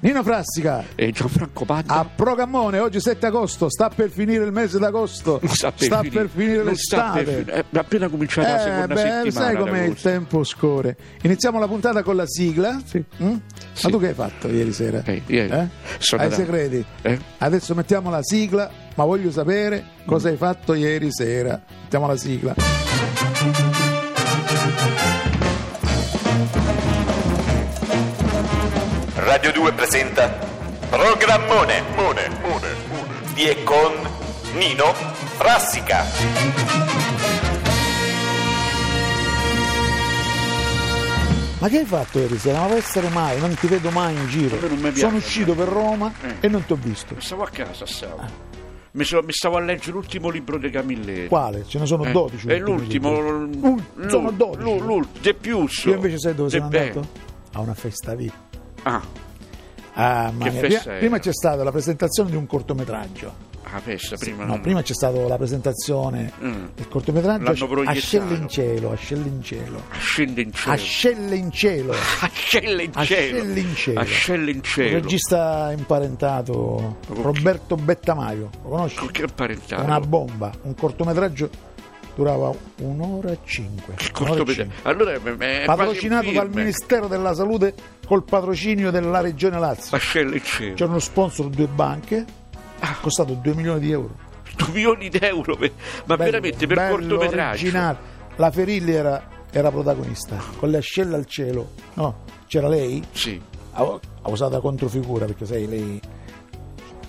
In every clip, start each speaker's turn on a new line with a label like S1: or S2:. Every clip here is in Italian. S1: Nino Frassica
S2: E Gianfranco Padda.
S1: a Procammone oggi 7 agosto sta per finire il mese d'agosto
S2: Non sta per finire, non sta
S1: l'estate
S2: per finire. Eh, È appena cominciata la
S1: eh,
S2: seconda
S1: beh,
S2: settimana.
S1: sai com'è il
S2: d'agosto.
S1: tempo scorre. Iniziamo la puntata con la sigla.
S2: Sì.
S1: Mm?
S2: Sì.
S1: Ma tu che hai fatto ieri sera?
S2: Eh, ieri.
S1: Eh?
S2: Sono
S1: Ai
S2: andato-
S1: segreti.
S2: Eh?
S1: Adesso mettiamo la sigla, ma voglio sapere
S2: Mm.
S1: cosa hai fatto ieri sera. Mettiamo la sigla.
S3: Radio 2 presenta Programmone Mone, Mone, di e con Nino Frassica.
S1: Ma che hai fatto ieri sera? Ma può essere mai, non ti vedo mai in giro.
S2: A me non mi piace.
S1: Sono uscito per Roma
S2: Eh.
S1: e non ti ho visto.
S2: Stavo a casa,
S1: Ah.
S2: stavo. Mi, so- mi stavo a leggere l'ultimo libro di Camilleri.
S1: Quale? Ce ne sono
S2: Eh,
S1: 12.
S2: è
S1: ultimi
S2: l'ultimo.
S1: libri.
S2: l'ul-
S1: sono 12.
S2: l'ul- L'ultimo. De più.
S1: Io invece sai dove
S2: De
S1: sono
S2: beh.
S1: andato? A una festa VIP.
S2: Ah,
S1: Ah, ma
S2: Che
S1: mia.
S2: festa
S1: prima,
S2: era?
S1: prima c'è stata la presentazione di un cortometraggio.
S2: a festa ah, prima.
S1: No,
S2: non-
S1: prima c'è stata la presentazione
S2: Mm.
S1: del cortometraggio
S2: L'hanno proiettato.
S1: Ascelle in cielo, Ascelle in cielo.
S2: Scende in cielo.
S1: Ascelle in cielo.
S2: Ascelle in cielo.
S1: Ascelle in cielo.
S2: Ascelle in
S1: Il
S2: cielo.
S1: regista imparentato
S2: Con chi?
S1: Roberto Bettamaio, lo conosci?
S2: Con che parentale?
S1: Una bomba, un cortometraggio durava un'ora e cinque. un'ora e
S2: Cortometra-
S1: cinque.
S2: Allora è- è è
S1: Patrocinato
S2: quasi un
S1: dal
S2: film.
S1: Ministero della Salute col patrocinio della Regione Lazio.
S2: Ascelle in cielo.
S1: C'erano sponsor due banche,
S2: Ah.
S1: ha costato 2 milioni di euro.
S2: 2 milioni di euro. per- Ma
S1: Bello,
S2: veramente per
S1: bello,
S2: cortometraggio.
S1: originale. La Ferilli era, era protagonista, con le ascelle al cielo. No, c'era lei,
S2: Sì.
S1: ha, ha usato la controfigura perché sai lei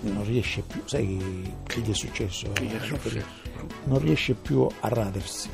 S1: non riesce più, sai che gli è successo?
S2: gli è
S1: Eh,
S2: successo?
S1: Non riesce più a radersi,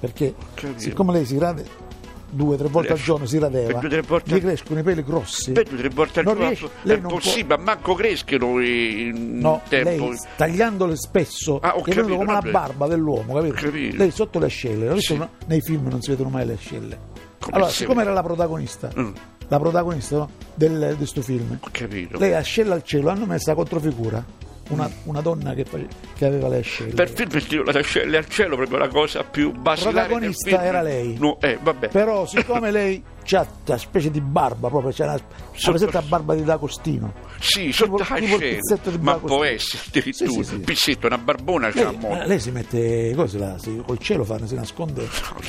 S1: perché
S2: capito.
S1: siccome lei si rade due o tre volte al giorno si radeva,
S2: Per due o tre volte-
S1: gli crescono i peli grossi.
S2: Beh, tre volte al
S1: Non
S2: giorno
S1: riesce-
S2: è
S1: lei non può-
S2: possibile, ma manco crescono in
S1: No,
S2: tempo.
S1: lei tagliandole spesso
S2: Ah, ho
S1: è venuto
S2: capito,
S1: come la
S2: vabbè.
S1: barba dell'uomo, capito?
S2: Capito.
S1: Lei sotto le ascelle, adesso
S2: Sì.
S1: no- nei film non si vedono mai le ascelle.
S2: Come
S1: allora,
S2: si
S1: siccome
S2: vede?
S1: era la protagonista,
S2: Mm.
S1: la protagonista no, del, di questo film,
S2: Ho capito.
S1: lei ascella al cielo, hanno messo la controfigura, una, una donna che, face- che aveva le ascelle.
S2: Per film io la ascelle al cielo proprio la cosa più basilare del
S1: Protagonista
S2: film.
S1: era lei.
S2: No, eh, vabbè.
S1: Però siccome lei c'ha una specie di barba, proprio c'è una,
S2: Sotto-
S1: presenta la barba di D'Agostino.
S2: Sì,
S1: tipo-
S2: sotto
S1: tipo il
S2: ascelle.
S1: pizzetto di
S2: Ma
S1: Bacco.
S2: può essere addirittura
S1: Sì, sì, sì.
S2: un pizzetto, una barbona c'è a
S1: Lei,
S2: modo.
S1: eh, lei si mette così, la, si, col cielo fa, si nasconde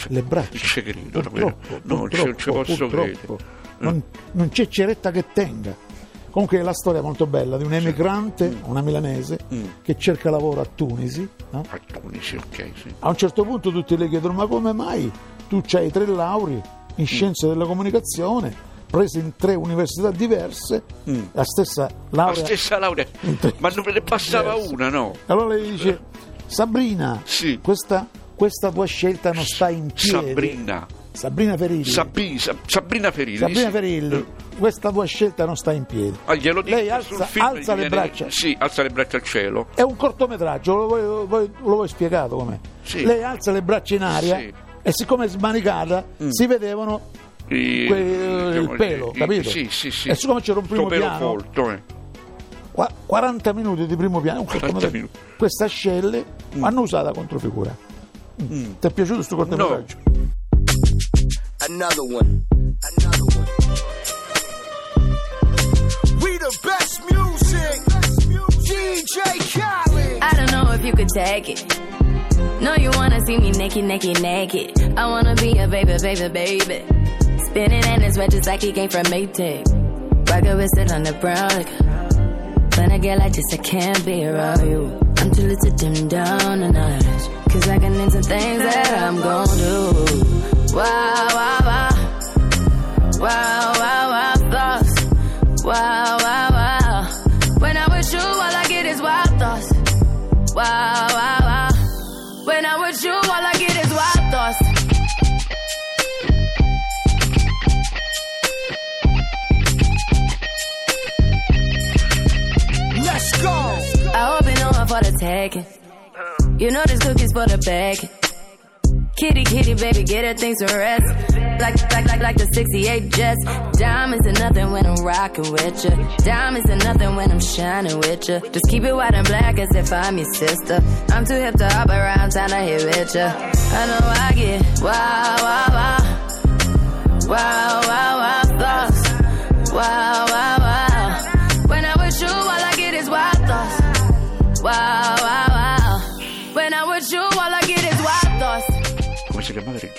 S1: le braccia.
S2: il segreto,
S1: Purtroppo,
S2: no, non ci- non ci
S1: purtroppo,
S2: posso
S1: purtroppo. Non, non c'è ceretta che tenga. Comunque è la storia molto bella di un emigrante,
S2: Mm.
S1: una milanese, che cerca lavoro a Tunisi. no?
S2: A Tunisi, ok, sì.
S1: A un certo punto tutti le chiedono: ma come mai tu hai tre lauree
S2: Mm.
S1: in scienze della comunicazione, prese in tre università diverse, la stessa
S2: Mm. La
S1: laurea
S2: stessa laurea, ma non ne passava
S1: Diverso.
S2: una, no?
S1: allora lei dice: Sabrina,
S2: Sì.
S1: questa, questa tua scelta non sta in piedi.
S2: Sabrina.
S1: Sabrina Ferilli.
S2: Sabi- Sab- Sabrina Ferilli.
S1: Sabrina
S2: sì.
S1: Ferilli, questa tua scelta non sta in piedi.
S2: Ah, glielo dico
S1: Lei
S2: sul
S1: alza,
S2: film
S1: alza
S2: gli
S1: le
S2: viene-
S1: braccia.
S2: Sì, alza le braccia al cielo.
S1: È un cortometraggio, lo vuoi, lo vuoi- lo vuoi spiegato com'è?
S2: Sì.
S1: Lei alza le braccia in aria
S2: Sì.
S1: e siccome è smanicata si vedevano
S2: I-
S1: quel- il
S2: diciamo,
S1: pelo,
S2: i-
S1: capito?
S2: Sì, sì, sì.
S1: E siccome c'era un primo
S2: Sto pelo
S1: piano,
S2: folto, eh.
S1: qua- 40 minuti di primo piano, un
S2: 40
S1: cortometraggio.
S2: minuti. Mm.
S1: Questa scelle hanno usato la controfigura. Mm. Ti è piaciuto questo cortometraggio?
S4: Another one. Another one. We the best music. DJ Khaled.
S5: I don't know if you could take it. No, you wanna see me naked, naked, naked. I wanna be a baby, baby, baby. Spinning in his red just like he came from Maytag. Rocket with it on the brown. Like, when I get like this, I can't be around you. I'm too little to dim down the night. Cause I can into things that I'm gonna do. Wow, wow, wow. Wow, wow, wow, thoughts. Wow, wow, wow. When I'm with you, all I get is wild thoughts. Wow, wow, wow. When I'm with you, all I get is wild thoughts.
S4: Let's go.
S5: I hope you know I'm for the taking. You know this cookie's for the bag. Kitty, kitty, baby, get her things to rest. Like, like, like, like the 68 Jets. Diamonds are nothing when I'm rocking with ya. Diamonds are nothing when I'm shining with ya. Just keep it white and black as if I'm your sister. I'm too hip to hop around, time to hit with ya. I know I get wow, wow, wow. Wow, wow, wow, thoughts. Wow, wow, wow.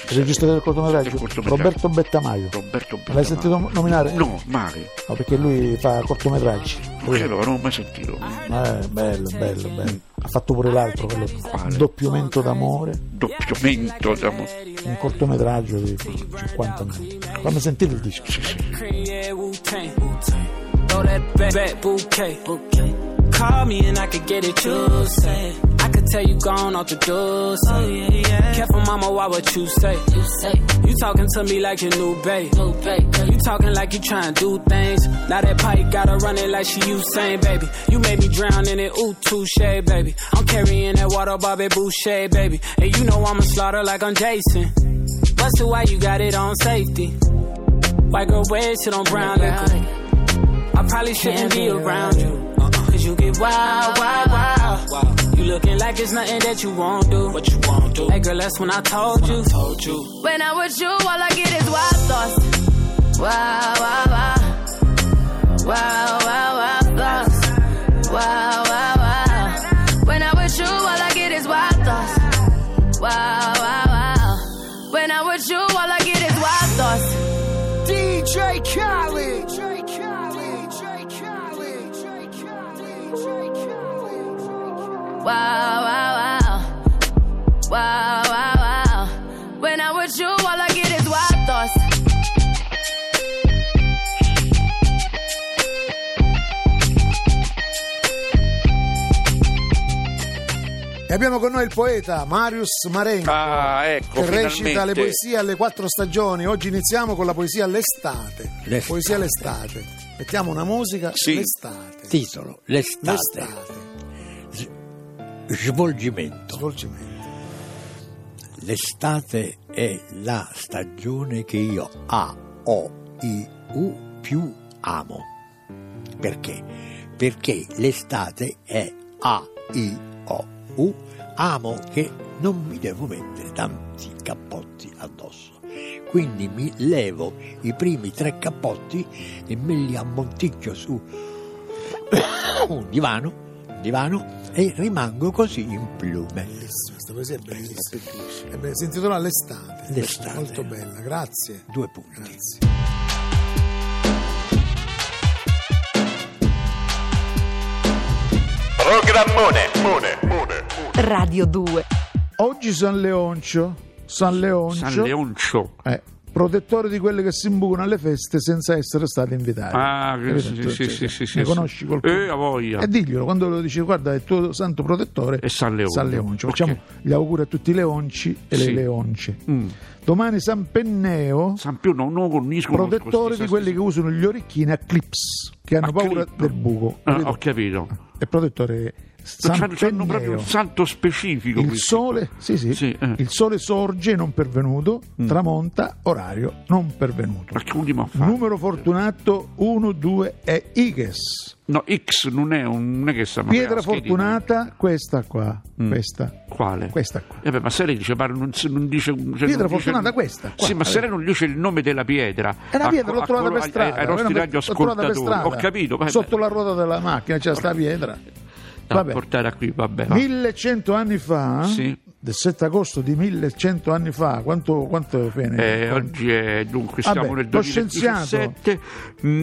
S1: regista del cortometraggio,
S2: Del cortometraggio.
S1: Roberto Bettamaio.
S2: Roberto Bentamare.
S1: L'hai sentito nominare?
S2: No, male.
S1: No, perché lui fa cortometraggi.
S2: Non ce l'avrò mai sentito.
S1: Eh, bello, bello, bello. Ha fatto pure l'altro, quello
S2: Quale?
S1: Doppiomento d'amore,
S2: Doppiomento, diciamo.
S1: un cortometraggio di 50 minuti. Fammi sentire il disco.
S2: Sì, sì.
S6: cream, yeah, Wu Tang. Throw that back, back bouquet. Call me and I could get it, you say. I could tell you gone off the door, say. Careful, mama, why what you say? Oh, You say. You talking to me like your new babe. You talking like you trying to do things. Now that pipe gotta run it like she Usain, baby. You made me drown in it, ooh, touche, baby. I'm carrying that water, Bobby Boucher, baby. And you know I'ma slaughter like I'm Jason. Busted, why you got it on safety? White girl red shit on brown liquor. I probably shouldn't be around you. uh Cause you get wild, wild, wild. You looking like it's nothing that you won't do. What you won't do. Hey girl, that's when I told you. told you.
S5: When I'm with you, all I get is wild thoughts. Wow, wow, wow. Wow, wow, wow, thoughts. Wow, wow, wow. When I'm with you, all I get is wild thoughts. Wow, wow, wow. When I'm with you, all I get is wild thoughts.
S4: DJ Khaled. DJ Khaled. DJ Khaled. DJ Khaled.
S5: Wow, wow, wow. Wow, wow, wow. When I'm with you, all I get is wild thoughts.
S1: E abbiamo con noi il poeta Marius Marenco.
S2: Ah, ecco,
S1: che recita
S2: finalmente.
S1: le poesie alle quattro stagioni. Oggi iniziamo con la poesia all'estate.
S7: L'estate.
S1: Poesia all'estate. Mettiamo una musica
S2: Sì.
S1: l'estate.
S7: Titolo: L'estate.
S1: L'estate.
S7: Svolgimento.
S1: Svolgimento.
S7: L'estate è la stagione che io A, O, I, U più amo. Perché? Perché l'estate è A, I, O, U, amo che non mi devo mettere tanti cappotti addosso. Quindi mi levo i primi tre cappotti e me li ammonticchio su un divano, un divano e rimango così in plume.
S1: Bellissima, questa poesia è bellissima. Eh beh, si intitola L'estate.
S7: L'estate.
S1: Molto bella, grazie.
S7: Due punti.
S1: Grazie.
S3: Programmone. Mone, mone,
S8: Radio 2.
S1: Oggi San Leoncio, San Leoncio,
S2: San Leoncio.
S1: eh, protettore di quelli che si imbucano alle feste senza essere stati invitati.
S2: Ah, che-
S1: Eh, Capito?
S2: sì,
S1: Cioè,
S2: sì, sì, sì, sì,
S1: Ne
S2: sì.
S1: conosci qualcuno?
S2: Eh, a voglia.
S1: E diglielo, quando lo dici, guarda, è il tuo santo protettore
S2: È San Leoncio. Ok.
S1: Facciamo gli auguri a tutti i leonci e le
S2: Sì.
S1: leonce.
S2: Mm.
S1: Domani San Penneo,
S2: San Pio non, non conosco.
S1: protettore di quelli che usano gli orecchini a clips, che hanno
S2: A
S1: paura
S2: clip.
S1: del buco.
S2: Ah,
S1: capito?
S2: ho capito.
S1: È protettore San
S2: C'hanno, c'hanno proprio
S1: Penneo.
S2: un santo specifico.
S1: Il
S2: questi.
S1: sole, sì, sì.
S2: Sì, eh. Mm.
S1: il sole sorge non pervenuto, tramonta orario non pervenuto.
S2: Ma che ultimo fa?
S1: Numero fortunato 1, 2 è Iges.
S2: No, X non è, un, non è che sta
S1: Pietra
S2: magari,
S1: fortunata, questa qua,
S2: Mm.
S1: questa,
S2: Quale?
S1: questa qua.
S2: Eh beh, ma se lei dice, ma non, si- non dice... cioè, non dice-
S1: fortunata, questa, qua.
S2: Sì, ma se lei non dice il nome della pietra...
S1: E la
S2: a-
S1: pietra l'ho
S2: a-
S1: trovata
S2: a-
S1: per strada.
S2: Ai nostri
S1: veramente, l'ho trovata per
S2: radioascoltatori.
S1: strada.
S2: Ho capito. ma-
S1: Sotto la ruota della macchina c'è sta pietra.
S2: da
S1: Vabbè. eh?
S2: portare qui, vabbè.
S1: 1100 anni fa,
S2: Sì.
S1: del 7 agosto di 1100 anni fa, quanto, quanto fene?
S2: Eh, oggi è dunque
S1: Vabbè,
S2: siamo nel
S1: lo scienziato.
S2: 2017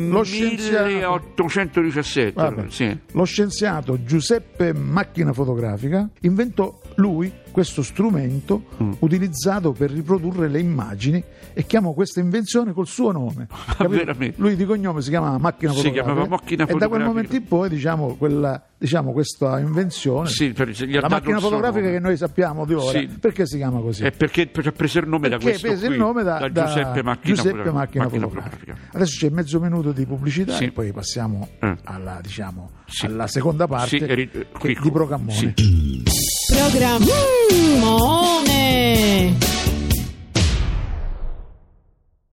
S1: Lo scienziato.
S2: 1817
S1: Vabbè.
S2: sì.
S1: Lo scienziato Giuseppe Macchina Fotografica inventò lui questo strumento
S2: Mm.
S1: utilizzato per riprodurre le immagini e chiamò questa invenzione col suo nome. Capito?
S2: veramente?
S1: Lui di cognome si chiamava Macchina
S2: Si
S1: Fotografica.
S2: chiamava Macchina
S1: E da quel
S2: Fotografica.
S1: momento in poi, diciamo, quella- diciamo, questa invenzione.
S2: Sì, per- gli
S1: la
S2: ha dato
S1: macchina
S2: il suo
S1: fotografica
S2: nome.
S1: che noi sappiamo di ora,
S2: Sì.
S1: perché si chiama così?
S2: È perché perché ha preso il nome da
S1: perché
S2: questo
S1: prese il
S2: qui,
S1: nome da, da
S2: Giuseppe Macchina,
S1: Giuseppe
S2: Fotogra-
S1: Macchina Fotografica. Adesso c'è mezzo minuto di pubblicità
S2: Sì.
S1: e poi passiamo
S2: Eh.
S1: alla, diciamo,
S2: Sì.
S1: alla seconda parte
S2: Sì, ri-
S1: che-
S2: qui-
S1: di Procammone.
S2: sì.
S9: Programmone.